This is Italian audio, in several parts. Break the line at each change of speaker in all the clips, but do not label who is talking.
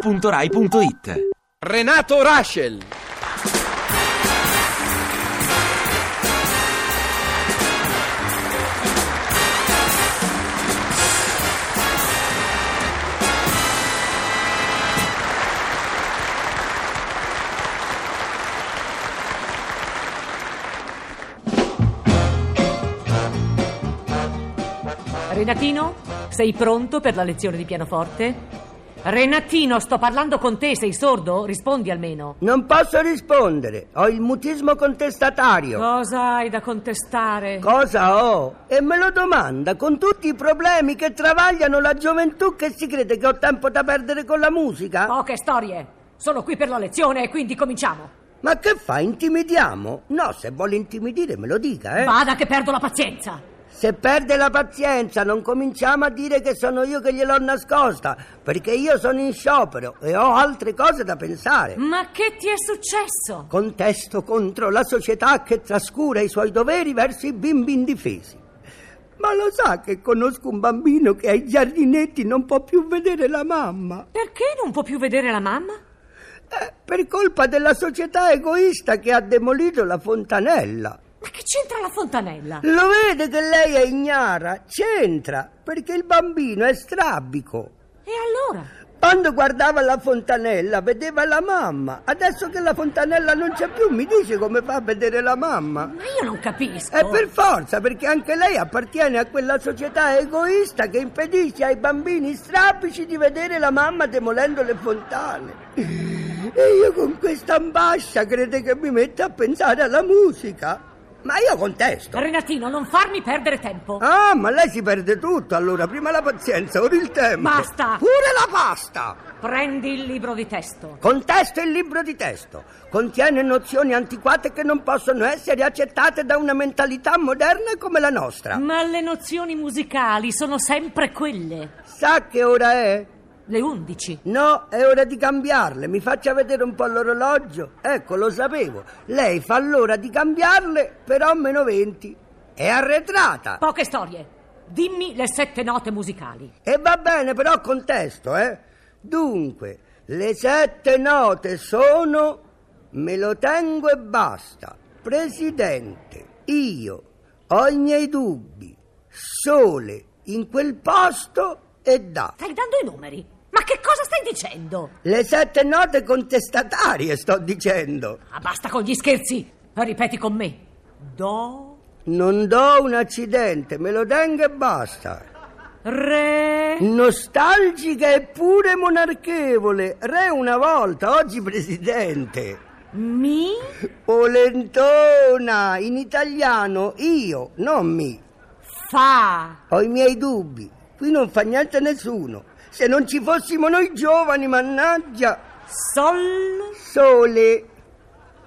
radio2pod.rai.it
Renato Raschel.
Renatino, sei pronto per la lezione di pianoforte? Renatino, sto parlando con te, sei sordo? Rispondi almeno.
Non posso rispondere, ho il mutismo contestatario.
Cosa hai da contestare?
Cosa ho? E me lo domanda con tutti i problemi che travagliano la gioventù che si crede che ho tempo da perdere con la musica?
Poche storie. Sono qui per la lezione e quindi cominciamo.
Ma che fa? Intimidiamo? No, se vuole intimidire me lo dica, eh.
Vada che perdo la pazienza.
Se perde la pazienza, non cominciamo a dire che sono io che gliel'ho nascosta, perché io sono in sciopero e ho altre cose da pensare.
Ma che ti è successo?
Contesto contro la società che trascura i suoi doveri verso i bimbi indifesi. Ma lo sa che conosco un bambino che ai giardinetti non può più vedere la mamma?
Perché non può più vedere la mamma?
Eh, per colpa della società egoista che ha demolito la fontanella.
Ma che c'entra la fontanella?
Lo vede che lei è ignara? C'entra, perché il bambino è strabico.
E allora?
Quando guardava la fontanella vedeva la mamma. Adesso che la fontanella non c'è più, mi dice come fa a vedere la mamma.
Ma io non capisco.
È Eh, per forza, perché anche lei appartiene a quella società egoista che impedisce ai bambini strabici di vedere la mamma demolendo le fontane. E io con questa ambascia crede che mi metta a pensare alla musica. Ma io contesto.
Renatino, non farmi perdere tempo.
Ah, ma lei si perde tutto, allora prima la pazienza, ora il tempo.
Basta.
Pure la pasta!
Prendi il libro di testo.
Contesto il libro di testo. Contiene nozioni antiquate che non possono essere accettate da una mentalità moderna come la nostra.
Ma le nozioni musicali sono sempre quelle.
Sa che ora è?
Le 11.
No, è ora di cambiarle. Mi faccia vedere un po' l'orologio. Ecco, lo sapevo. Lei fa l'ora di cambiarle, però meno 20. È arretrata.
Poche storie. Dimmi le sette note musicali.
E va bene, però contesto, eh. Dunque, le sette note sono me lo tengo e basta. Presidente, io ho i miei dubbi. Sole in quel posto e da.
Stai dando i numeri. Ma che cosa stai dicendo?
Le sette note contestatarie, sto dicendo.
Ah, basta con gli scherzi. Ripeti con me. Do,
Non do un accidente, me lo tengo e basta.
re.
Nostalgica e pure monarchevole. Re una volta, oggi presidente.
Mi?
Polentona, in italiano, io, non mi.
Fa.
Ho i miei dubbi. Qui non fa niente nessuno. Se non ci fossimo noi giovani, mannaggia.
Sol.
Sole.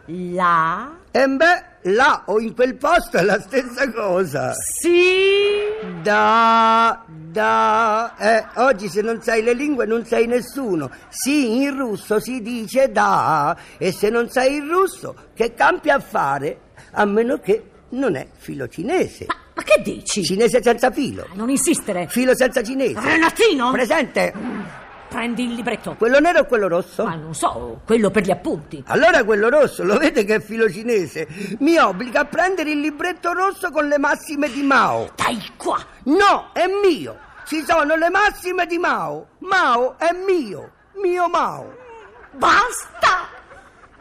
La.
E beh, là o in quel posto è la stessa cosa.
Si.
Da, da. Eh, oggi se non sai le lingue non sei nessuno. Sì, in russo si dice da. E se non sai il russo, che campi a fare? A meno che non è filo cinese.
Ma, ma che dici? Ah,
Cinese senza filo.
Non insistere.
Filo senza cinese.
Renatino!
Presente?
Prendi il libretto.
Quello nero o quello rosso?
Ma non so, quello per gli appunti.
Allora quello rosso, lo vede che è filo cinese, mi obbliga a prendere il libretto rosso con le massime di Mao.
Dai qua!
No, è mio. Ci sono le massime di Mao. Mao è mio. Mio Mao.
Basta!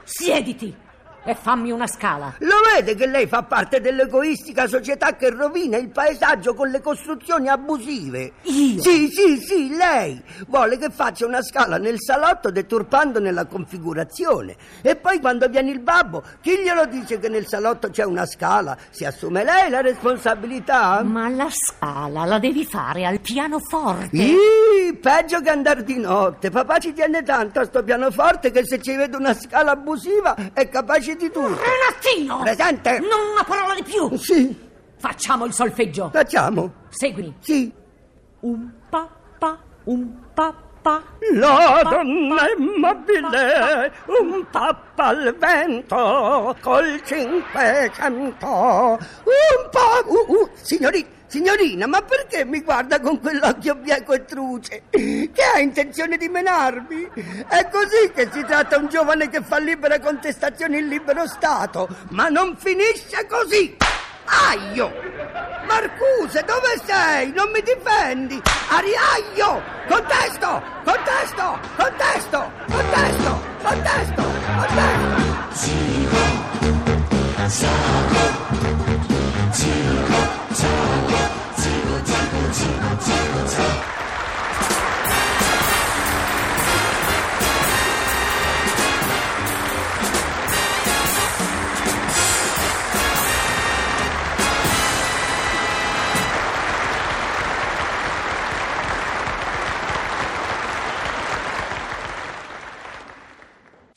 Siediti e fammi una scala.
Lo vede che lei fa parte dell'egoistica società che rovina il paesaggio con le costruzioni abusive?
Io?
Sì, sì, sì, lei. Vuole che faccia una scala nel salotto deturpandone la configurazione. E poi quando viene il babbo, chi glielo dice che nel salotto c'è una scala? Si assume lei la responsabilità?
Ma la scala la devi fare al pianoforte.
Ih, peggio che andare di notte. Papà ci tiene tanto a sto pianoforte che se ci vede una scala abusiva è capace di tutto.
Renatino!
Presente?
Non una parola di più!
Sì,
Facciamo il solfeggio.
facciamo.
Seguimi.
Sì.
Un pappa, un pappa.
La donna è mobile, un pappa al vento, col cinquecento, un po'... Uh, uh, sì, Signori- signorina, ma perché mi guarda con quell'occhio bianco e truce? Che ha intenzione di menarmi? È così che si tratta un giovane che fa libera contestazione in libero stato, ma non finisce così! Aio! Marcuse, dove sei? Non mi difendi! Ariaio! Contesto! Contesto! Contesto! Contesto! Contesto! Contesto!